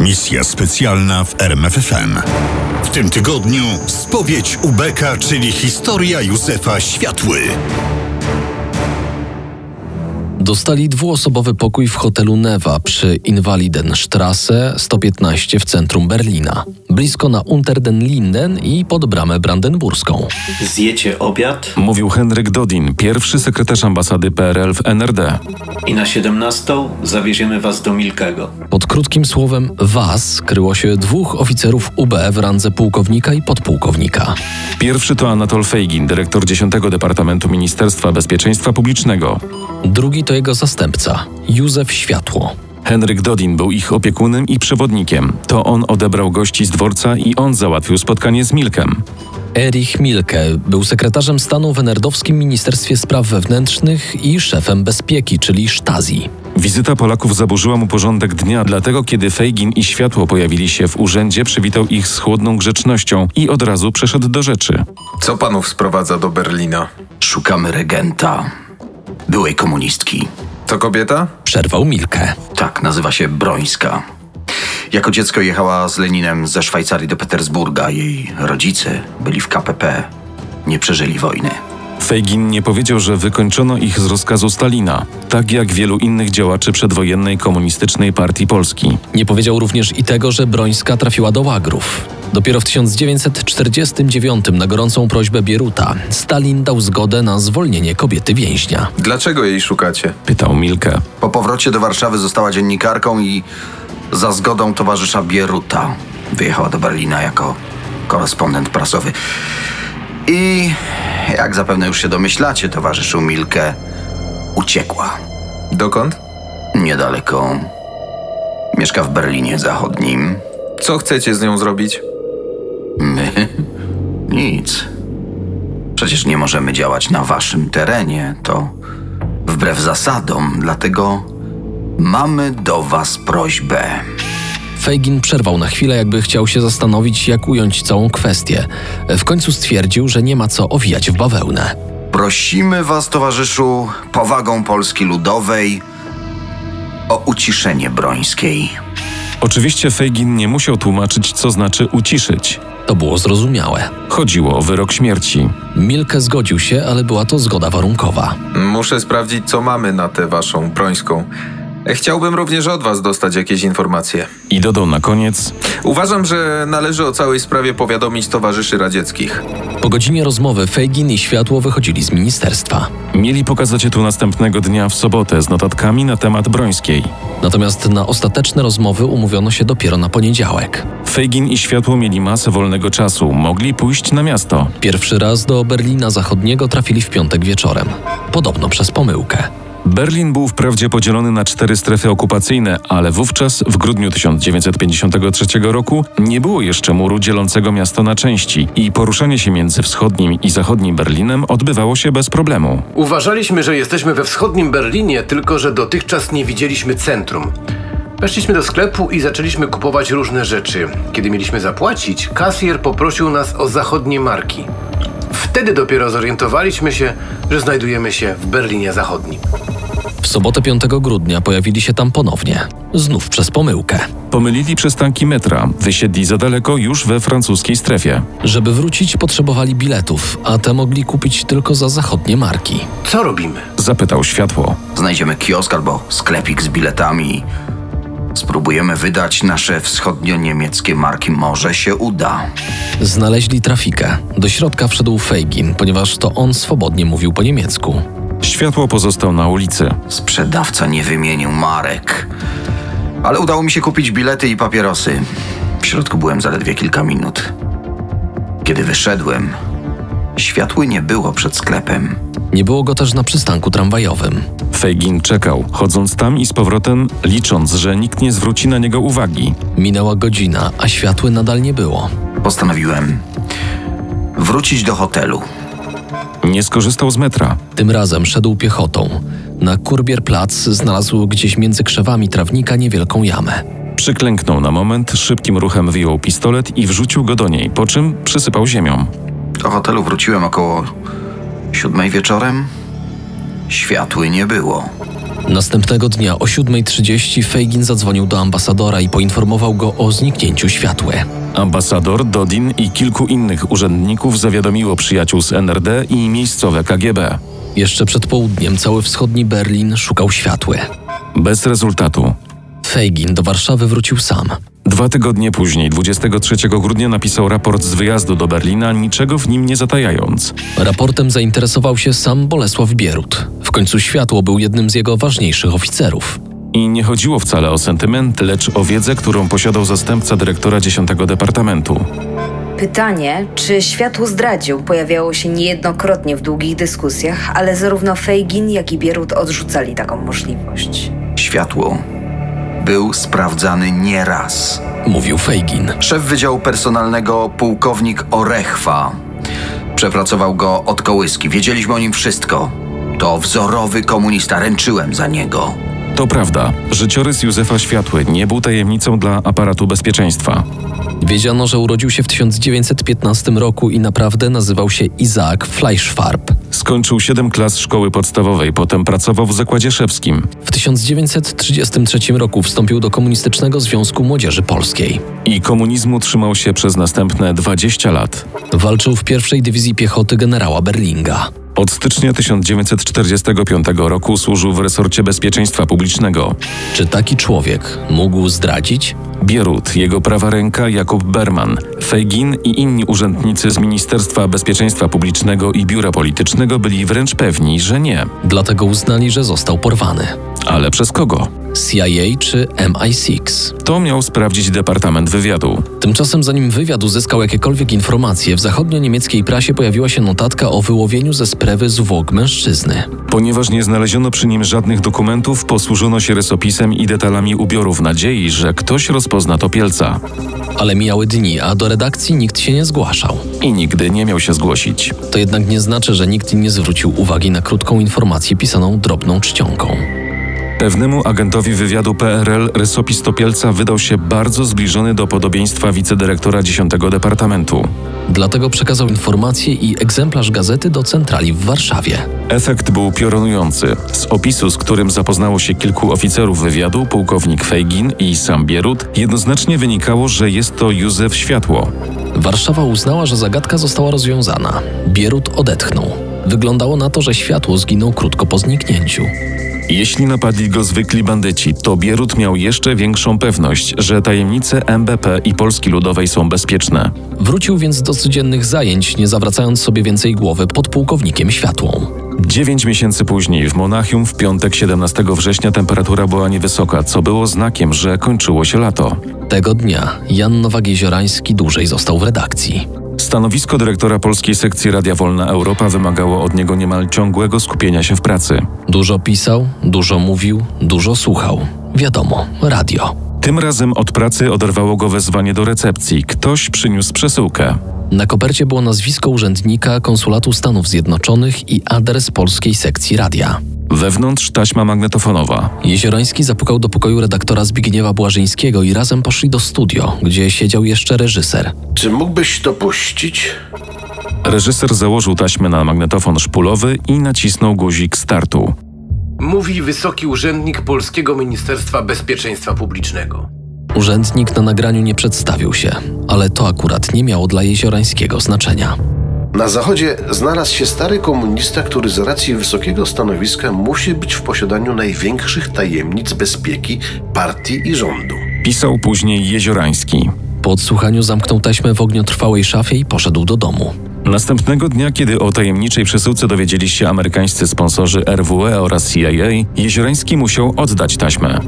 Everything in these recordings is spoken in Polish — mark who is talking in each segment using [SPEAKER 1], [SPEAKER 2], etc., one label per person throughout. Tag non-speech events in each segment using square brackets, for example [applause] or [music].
[SPEAKER 1] Misja specjalna w RMFFM. W tym tygodniu spowiedź Ubeka, czyli historia Józefa Światły.
[SPEAKER 2] Dostali dwuosobowy pokój w hotelu Neva przy Invalidenstrasse 115 w centrum Berlina, blisko na Unter den Linden i pod bramę brandenburską.
[SPEAKER 3] Zjecie obiad
[SPEAKER 4] Mówił Henryk Dodin, pierwszy sekretarz ambasady PRL w NRD.
[SPEAKER 3] i na 17 zawieziemy was do Milkego.
[SPEAKER 2] Pod krótkim słowem was kryło się dwóch oficerów UB w randze pułkownika i podpułkownika.
[SPEAKER 4] Pierwszy to Anatol Fejgin, dyrektor 10 Departamentu Ministerstwa Bezpieczeństwa Publicznego.
[SPEAKER 2] Drugi to jego zastępca, Józef Światło.
[SPEAKER 4] Henryk Dodin był ich opiekunem i przewodnikiem. To on odebrał gości z dworca i on załatwił spotkanie z Milkiem.
[SPEAKER 2] Erich Milke był sekretarzem stanu w Enerdowskim Ministerstwie Spraw Wewnętrznych i szefem bezpieki, czyli Sztazji.
[SPEAKER 4] Wizyta Polaków zaburzyła mu porządek dnia, dlatego kiedy Fejgin i Światło pojawili się w urzędzie, przywitał ich z chłodną grzecznością i od razu przeszedł do rzeczy.
[SPEAKER 5] Co panów sprowadza do Berlina?
[SPEAKER 6] Szukamy regenta. Byłej komunistki.
[SPEAKER 5] To kobieta?
[SPEAKER 2] Przerwał Milkę.
[SPEAKER 6] Tak, nazywa się Brońska. Jako dziecko jechała z Leninem ze Szwajcarii do Petersburga. Jej rodzice byli w KPP. Nie przeżyli wojny.
[SPEAKER 4] Fejgin nie powiedział, że wykończono ich z rozkazu Stalina, tak jak wielu innych działaczy przedwojennej komunistycznej partii Polski.
[SPEAKER 2] Nie powiedział również i tego, że Brońska trafiła do łagrów. Dopiero w 1949 na gorącą prośbę Bieruta Stalin dał zgodę na zwolnienie kobiety więźnia.
[SPEAKER 5] Dlaczego jej szukacie?
[SPEAKER 4] Pytał Milkę.
[SPEAKER 6] Po powrocie do Warszawy została dziennikarką i za zgodą towarzysza Bieruta wyjechała do Berlina jako korespondent prasowy. I jak zapewne już się domyślacie, towarzyszył Milke uciekła.
[SPEAKER 5] Dokąd?
[SPEAKER 6] Niedaleko. Mieszka w Berlinie Zachodnim.
[SPEAKER 5] Co chcecie z nią zrobić?
[SPEAKER 6] My? [laughs] Nic. Przecież nie możemy działać na waszym terenie. To wbrew zasadom, dlatego mamy do was prośbę.
[SPEAKER 2] Fejgin przerwał na chwilę, jakby chciał się zastanowić, jak ująć całą kwestię. W końcu stwierdził, że nie ma co owijać w bawełnę.
[SPEAKER 6] Prosimy was, towarzyszu, powagą Polski Ludowej o uciszenie brońskiej.
[SPEAKER 4] Oczywiście Fejgin nie musiał tłumaczyć, co znaczy uciszyć.
[SPEAKER 2] To było zrozumiałe.
[SPEAKER 4] Chodziło o wyrok śmierci.
[SPEAKER 2] Milke zgodził się, ale była to zgoda warunkowa.
[SPEAKER 5] Muszę sprawdzić, co mamy na tę waszą brońską. Chciałbym również od was dostać jakieś informacje.
[SPEAKER 4] I dodał na koniec:
[SPEAKER 5] Uważam, że należy o całej sprawie powiadomić towarzyszy radzieckich.
[SPEAKER 2] Po godzinie rozmowy Fejgin i Światło wychodzili z ministerstwa.
[SPEAKER 4] Mieli pokazać je tu następnego dnia w sobotę z notatkami na temat Brońskiej.
[SPEAKER 2] Natomiast na ostateczne rozmowy umówiono się dopiero na poniedziałek.
[SPEAKER 4] Fejgin i światło mieli masę wolnego czasu, mogli pójść na miasto.
[SPEAKER 2] Pierwszy raz do Berlina Zachodniego trafili w piątek wieczorem. Podobno przez pomyłkę.
[SPEAKER 4] Berlin był wprawdzie podzielony na cztery strefy okupacyjne, ale wówczas, w grudniu 1953 roku, nie było jeszcze muru dzielącego miasto na części i poruszanie się między wschodnim i zachodnim Berlinem odbywało się bez problemu.
[SPEAKER 7] Uważaliśmy, że jesteśmy we wschodnim Berlinie, tylko że dotychczas nie widzieliśmy centrum. Weszliśmy do sklepu i zaczęliśmy kupować różne rzeczy. Kiedy mieliśmy zapłacić, kasjer poprosił nas o zachodnie marki. Wtedy dopiero zorientowaliśmy się, że znajdujemy się w Berlinie Zachodnim.
[SPEAKER 2] W sobotę 5 grudnia pojawili się tam ponownie. Znów przez pomyłkę.
[SPEAKER 4] Pomylili przystanki metra, wysiedli za daleko już we francuskiej strefie.
[SPEAKER 2] Żeby wrócić, potrzebowali biletów, a te mogli kupić tylko za zachodnie marki.
[SPEAKER 7] Co robimy?
[SPEAKER 4] Zapytał światło.
[SPEAKER 6] Znajdziemy kiosk albo sklepik z biletami. Spróbujemy wydać nasze wschodnio-niemieckie marki. Może się uda.
[SPEAKER 2] Znaleźli trafikę. Do środka wszedł Fejgin, ponieważ to on swobodnie mówił po niemiecku.
[SPEAKER 4] Światło pozostał na ulicy.
[SPEAKER 6] Sprzedawca nie wymienił marek. Ale udało mi się kupić bilety i papierosy. W środku byłem zaledwie kilka minut. Kiedy wyszedłem, światły nie było przed sklepem.
[SPEAKER 2] Nie było go też na przystanku tramwajowym.
[SPEAKER 4] Fejgin czekał, chodząc tam i z powrotem, licząc, że nikt nie zwróci na niego uwagi.
[SPEAKER 2] Minęła godzina, a światły nadal nie było.
[SPEAKER 6] Postanowiłem wrócić do hotelu.
[SPEAKER 4] Nie skorzystał z metra.
[SPEAKER 2] Tym razem szedł piechotą. Na Kurbierplatz znalazł gdzieś między krzewami trawnika niewielką jamę.
[SPEAKER 4] Przyklęknął na moment, szybkim ruchem wyjął pistolet i wrzucił go do niej, po czym przysypał ziemią.
[SPEAKER 6] Do hotelu wróciłem około siódmej wieczorem. Światły nie było.
[SPEAKER 2] Następnego dnia o 7.30 Feigin zadzwonił do ambasadora i poinformował go o zniknięciu światły.
[SPEAKER 4] Ambasador Dodin i kilku innych urzędników zawiadomiło przyjaciół z NRD i miejscowe KGB.
[SPEAKER 2] Jeszcze przed południem cały wschodni Berlin szukał światły.
[SPEAKER 4] Bez rezultatu.
[SPEAKER 2] Feigin do Warszawy wrócił sam.
[SPEAKER 4] Dwa tygodnie później, 23 grudnia, napisał raport z wyjazdu do Berlina, niczego w nim nie zatajając.
[SPEAKER 2] Raportem zainteresował się sam Bolesław Bierut. W końcu światło był jednym z jego ważniejszych oficerów.
[SPEAKER 4] I nie chodziło wcale o sentyment, lecz o wiedzę, którą posiadał zastępca dyrektora 10 Departamentu.
[SPEAKER 8] Pytanie, czy światło zdradził, pojawiało się niejednokrotnie w długich dyskusjach, ale zarówno Fejgin, jak i Bierut odrzucali taką możliwość.
[SPEAKER 6] Światło był sprawdzany nieraz.
[SPEAKER 2] Mówił Feigin.
[SPEAKER 6] Szef Wydziału Personalnego pułkownik Orechwa przepracował go od kołyski. Wiedzieliśmy o nim wszystko. To wzorowy komunista, ręczyłem za niego.
[SPEAKER 4] To prawda, życiorys Józefa Światły nie był tajemnicą dla aparatu bezpieczeństwa.
[SPEAKER 2] Wiedziano, że urodził się w 1915 roku i naprawdę nazywał się Isaac Fleischfarb.
[SPEAKER 4] Skończył 7 klas szkoły podstawowej, potem pracował w zakładzie szewskim.
[SPEAKER 2] W 1933 roku wstąpił do Komunistycznego Związku Młodzieży Polskiej.
[SPEAKER 4] I komunizmu trzymał się przez następne 20 lat.
[SPEAKER 2] Walczył w pierwszej dywizji piechoty generała Berlinga.
[SPEAKER 4] Od stycznia 1945 roku służył w resorcie bezpieczeństwa publicznego.
[SPEAKER 2] Czy taki człowiek mógł zdradzić?
[SPEAKER 4] Bierut, jego prawa ręka Jakub Berman, Fejgin i inni urzędnicy z Ministerstwa Bezpieczeństwa Publicznego i Biura Politycznego byli wręcz pewni, że nie.
[SPEAKER 2] Dlatego uznali, że został porwany.
[SPEAKER 4] Ale przez kogo?
[SPEAKER 2] CIA czy MI6?
[SPEAKER 4] To miał sprawdzić Departament Wywiadu.
[SPEAKER 2] Tymczasem, zanim wywiad uzyskał jakiekolwiek informacje, w zachodnio-niemieckiej prasie pojawiła się notatka o wyłowieniu ze sprewy zwłok mężczyzny.
[SPEAKER 4] Ponieważ nie znaleziono przy nim żadnych dokumentów, posłużono się rysopisem i detalami ubioru w nadziei, że ktoś rozpozna topielca.
[SPEAKER 2] Ale mijały dni, a do redakcji nikt się nie zgłaszał.
[SPEAKER 4] I nigdy nie miał się zgłosić.
[SPEAKER 2] To jednak nie znaczy, że nikt nie zwrócił uwagi na krótką informację pisaną drobną czcionką.
[SPEAKER 4] Pewnemu agentowi wywiadu PRL rysopis Topielca wydał się bardzo zbliżony do podobieństwa wicedyrektora 10 Departamentu.
[SPEAKER 2] Dlatego przekazał informację i egzemplarz gazety do centrali w Warszawie.
[SPEAKER 4] Efekt był piorunujący. Z opisu, z którym zapoznało się kilku oficerów wywiadu, pułkownik Fejgin i sam Bierut, jednoznacznie wynikało, że jest to Józef Światło.
[SPEAKER 2] Warszawa uznała, że zagadka została rozwiązana. Bierut odetchnął. Wyglądało na to, że światło zginął krótko po zniknięciu.
[SPEAKER 4] Jeśli napadli go zwykli bandyci, to Bierut miał jeszcze większą pewność, że tajemnice MBP i Polski Ludowej są bezpieczne.
[SPEAKER 2] Wrócił więc do codziennych zajęć, nie zawracając sobie więcej głowy pod pułkownikiem światłą.
[SPEAKER 4] Dziewięć miesięcy później w Monachium w piątek 17 września temperatura była niewysoka, co było znakiem, że kończyło się lato.
[SPEAKER 2] Tego dnia Jan Nowak-Jeziorański dłużej został w redakcji.
[SPEAKER 4] Stanowisko dyrektora polskiej sekcji Radia Wolna Europa wymagało od niego niemal ciągłego skupienia się w pracy.
[SPEAKER 2] Dużo pisał, dużo mówił, dużo słuchał. Wiadomo, radio.
[SPEAKER 4] Tym razem od pracy oderwało go wezwanie do recepcji. Ktoś przyniósł przesyłkę.
[SPEAKER 2] Na kopercie było nazwisko urzędnika konsulatu Stanów Zjednoczonych i adres polskiej sekcji radia.
[SPEAKER 4] Wewnątrz taśma magnetofonowa.
[SPEAKER 2] Jeziorański zapukał do pokoju redaktora Zbigniewa Błażyńskiego i razem poszli do studio, gdzie siedział jeszcze reżyser.
[SPEAKER 9] Czy mógłbyś to puścić?
[SPEAKER 4] Reżyser założył taśmę na magnetofon szpulowy i nacisnął guzik startu.
[SPEAKER 7] Mówi wysoki urzędnik Polskiego Ministerstwa Bezpieczeństwa Publicznego.
[SPEAKER 2] Urzędnik na nagraniu nie przedstawił się, ale to akurat nie miało dla Jeziorańskiego znaczenia.
[SPEAKER 9] Na zachodzie znalazł się stary komunista, który z racji wysokiego stanowiska musi być w posiadaniu największych tajemnic bezpieki partii i rządu.
[SPEAKER 4] Pisał później Jeziorański.
[SPEAKER 2] Po odsłuchaniu zamknął taśmę w ogniotrwałej szafie i poszedł do domu.
[SPEAKER 4] Następnego dnia, kiedy o tajemniczej przesyłce dowiedzieli się amerykańscy sponsorzy RWE oraz CIA, Jeziorański musiał oddać taśmę.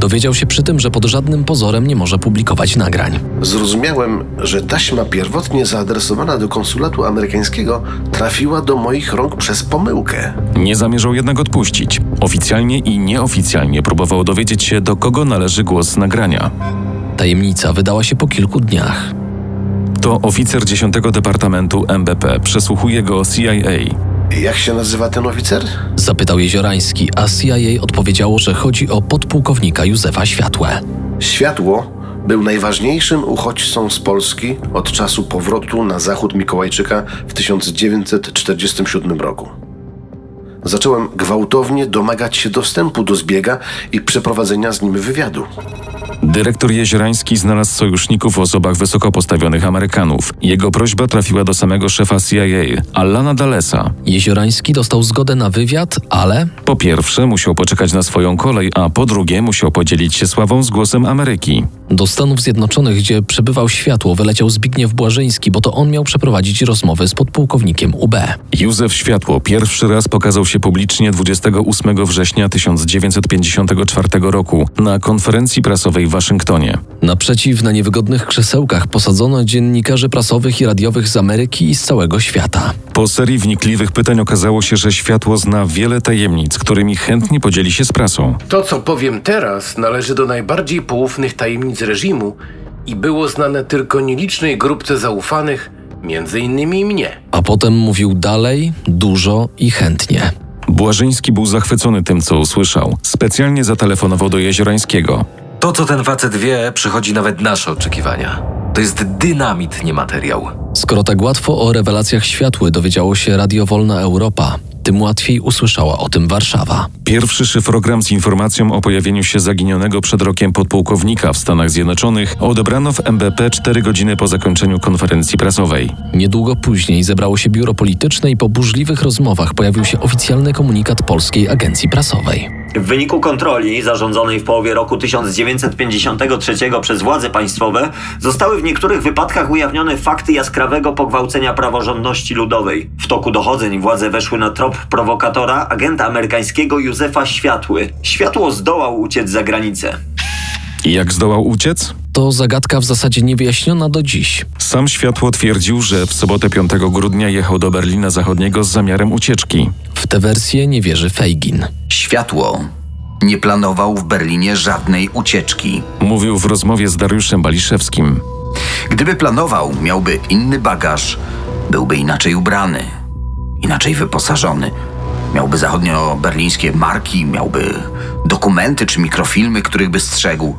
[SPEAKER 2] Dowiedział się przy tym, że pod żadnym pozorem nie może publikować nagrań.
[SPEAKER 9] Zrozumiałem, że taśma pierwotnie zaadresowana do konsulatu amerykańskiego trafiła do moich rąk przez pomyłkę.
[SPEAKER 4] Nie zamierzał jednak odpuścić. Oficjalnie i nieoficjalnie próbował dowiedzieć się, do kogo należy głos z nagrania.
[SPEAKER 2] Tajemnica wydała się po kilku dniach.
[SPEAKER 4] To oficer 10 Departamentu MBP przesłuchuje go CIA.
[SPEAKER 9] Jak się nazywa ten oficer?
[SPEAKER 2] Zapytał Jeziorański, a CIA odpowiedziało, że chodzi o podpułkownika Józefa Światłę.
[SPEAKER 9] Światło był najważniejszym uchodźcą z Polski od czasu powrotu na zachód Mikołajczyka w 1947 roku. Zacząłem gwałtownie domagać się dostępu do zbiega i przeprowadzenia z nim wywiadu.
[SPEAKER 4] Dyrektor Jeziorański znalazł sojuszników w osobach wysoko postawionych Amerykanów. Jego prośba trafiła do samego szefa CIA, Alana Dallesa.
[SPEAKER 2] Jeziorański dostał zgodę na wywiad, ale
[SPEAKER 4] Po pierwsze, musiał poczekać na swoją kolej, a po drugie, musiał podzielić się sławą z głosem Ameryki.
[SPEAKER 2] do Stanów Zjednoczonych, gdzie przebywał światło, wyleciał Zbigniew Błażyński, bo to on miał przeprowadzić rozmowę z podpułkownikiem UB.
[SPEAKER 4] Józef Światło pierwszy raz pokazał się publicznie 28 września 1954 roku na konferencji prasowej w Waszyngtonie.
[SPEAKER 2] Naprzeciw na niewygodnych krzesełkach posadzono dziennikarzy prasowych i radiowych z Ameryki i z całego świata.
[SPEAKER 4] Po serii wnikliwych pytań okazało się, że Światło zna wiele tajemnic, którymi chętnie podzieli się z prasą.
[SPEAKER 7] To, co powiem teraz, należy do najbardziej poufnych tajemnic reżimu i było znane tylko nielicznej grupce zaufanych, między innymi mnie.
[SPEAKER 2] A potem mówił dalej, dużo i chętnie.
[SPEAKER 4] Błażyński był zachwycony tym, co usłyszał. Specjalnie zatelefonował do Jeziorańskiego.
[SPEAKER 10] To, co ten facet wie, przychodzi nawet nasze oczekiwania. To jest dynamit, nie materiał.
[SPEAKER 2] Skoro tak łatwo o rewelacjach światły dowiedziało się Radio Wolna Europa, tym łatwiej usłyszała o tym Warszawa.
[SPEAKER 4] Pierwszy szyfrogram z informacją o pojawieniu się zaginionego przed rokiem podpułkownika w Stanach Zjednoczonych odebrano w MBP 4 godziny po zakończeniu konferencji prasowej.
[SPEAKER 2] Niedługo później zebrało się biuro polityczne i po burzliwych rozmowach pojawił się oficjalny komunikat Polskiej Agencji Prasowej.
[SPEAKER 11] W wyniku kontroli zarządzonej w połowie roku 1953 przez władze państwowe zostały w niektórych wypadkach ujawnione fakty jaskrawego pogwałcenia praworządności ludowej. W toku dochodzeń władze weszły na trop prowokatora, agenta amerykańskiego Józefa Światły. Światło zdołał uciec za granicę.
[SPEAKER 4] I jak zdołał uciec?
[SPEAKER 2] To zagadka w zasadzie niewyjaśniona do dziś.
[SPEAKER 4] Sam Światło twierdził, że w sobotę 5 grudnia jechał do Berlina Zachodniego z zamiarem ucieczki.
[SPEAKER 2] W tę wersję nie wierzy Fejgin.
[SPEAKER 6] Światło nie planował w Berlinie żadnej ucieczki.
[SPEAKER 4] Mówił w rozmowie z Dariuszem Baliszewskim.
[SPEAKER 6] Gdyby planował, miałby inny bagaż, byłby inaczej ubrany, inaczej wyposażony. Miałby zachodnio-berlińskie marki, miałby dokumenty czy mikrofilmy, których by strzegł.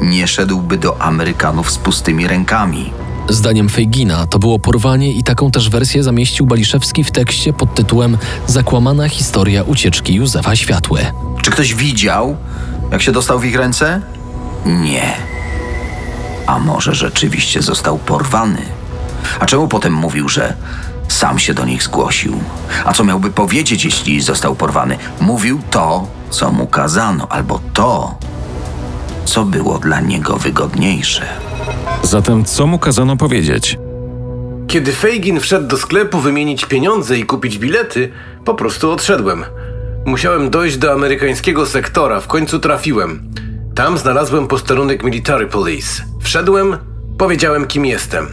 [SPEAKER 6] Nie szedłby do Amerykanów z pustymi rękami.
[SPEAKER 2] Zdaniem Fejgina to było porwanie i taką też wersję zamieścił Baliszewski w tekście pod tytułem Zakłamana historia ucieczki Józefa Światły.
[SPEAKER 6] Czy ktoś widział, jak się dostał w ich ręce? Nie. A może rzeczywiście został porwany? A czemu potem mówił, że sam się do nich zgłosił? A co miałby powiedzieć, jeśli został porwany? Mówił to, co mu kazano, albo to, co było dla niego wygodniejsze.
[SPEAKER 4] Zatem co mu kazano powiedzieć?
[SPEAKER 7] Kiedy Fejgin wszedł do sklepu wymienić pieniądze i kupić bilety, po prostu odszedłem. Musiałem dojść do amerykańskiego sektora, w końcu trafiłem. Tam znalazłem posterunek Military Police. Wszedłem, powiedziałem kim jestem.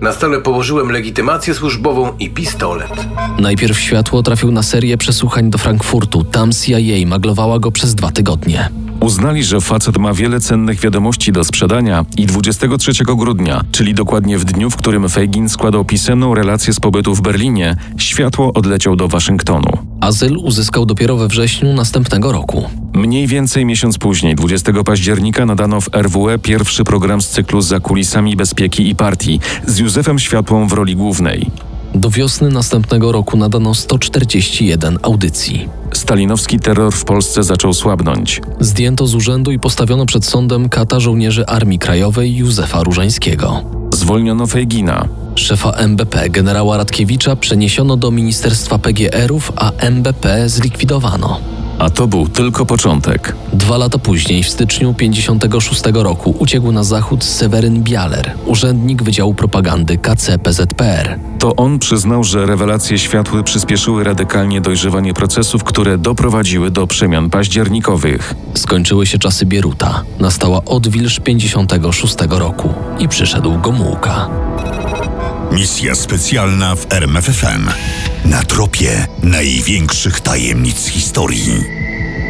[SPEAKER 7] Na stole położyłem legitymację służbową i pistolet.
[SPEAKER 2] Najpierw światło trafił na serię przesłuchań do Frankfurtu. Tam CIA maglowała go przez dwa tygodnie.
[SPEAKER 4] Uznali, że facet ma wiele cennych wiadomości do sprzedania i 23 grudnia, czyli dokładnie w dniu, w którym Feigin składał pisemną relację z pobytu w Berlinie, światło odleciał do Waszyngtonu.
[SPEAKER 2] Azyl uzyskał dopiero we wrześniu następnego roku.
[SPEAKER 4] Mniej więcej miesiąc później, 20 października, nadano w RWE pierwszy program z cyklu Za kulisami bezpieki i partii z Józefem Światłą w roli głównej.
[SPEAKER 2] Do wiosny następnego roku nadano 141 audycji.
[SPEAKER 4] Stalinowski terror w Polsce zaczął słabnąć.
[SPEAKER 2] Zdjęto z urzędu i postawiono przed sądem kata żołnierzy Armii Krajowej Józefa Różańskiego.
[SPEAKER 4] Zwolniono Feigina.
[SPEAKER 2] Szefa MBP generała Radkiewicza przeniesiono do Ministerstwa PGR-ów, a MBP zlikwidowano.
[SPEAKER 4] A to był tylko początek.
[SPEAKER 2] Dwa lata później, w styczniu 56 roku, uciekł na zachód Seweryn Bialer, urzędnik Wydziału Propagandy KCPZPR.
[SPEAKER 4] To on przyznał, że rewelacje światły przyspieszyły radykalnie dojrzewanie procesów, które doprowadziły do przemian październikowych.
[SPEAKER 2] Skończyły się czasy Bieruta, nastała odwilż 56 roku i przyszedł Gomułka.
[SPEAKER 1] Misja specjalna w RMFFM. Na tropie największych tajemnic historii.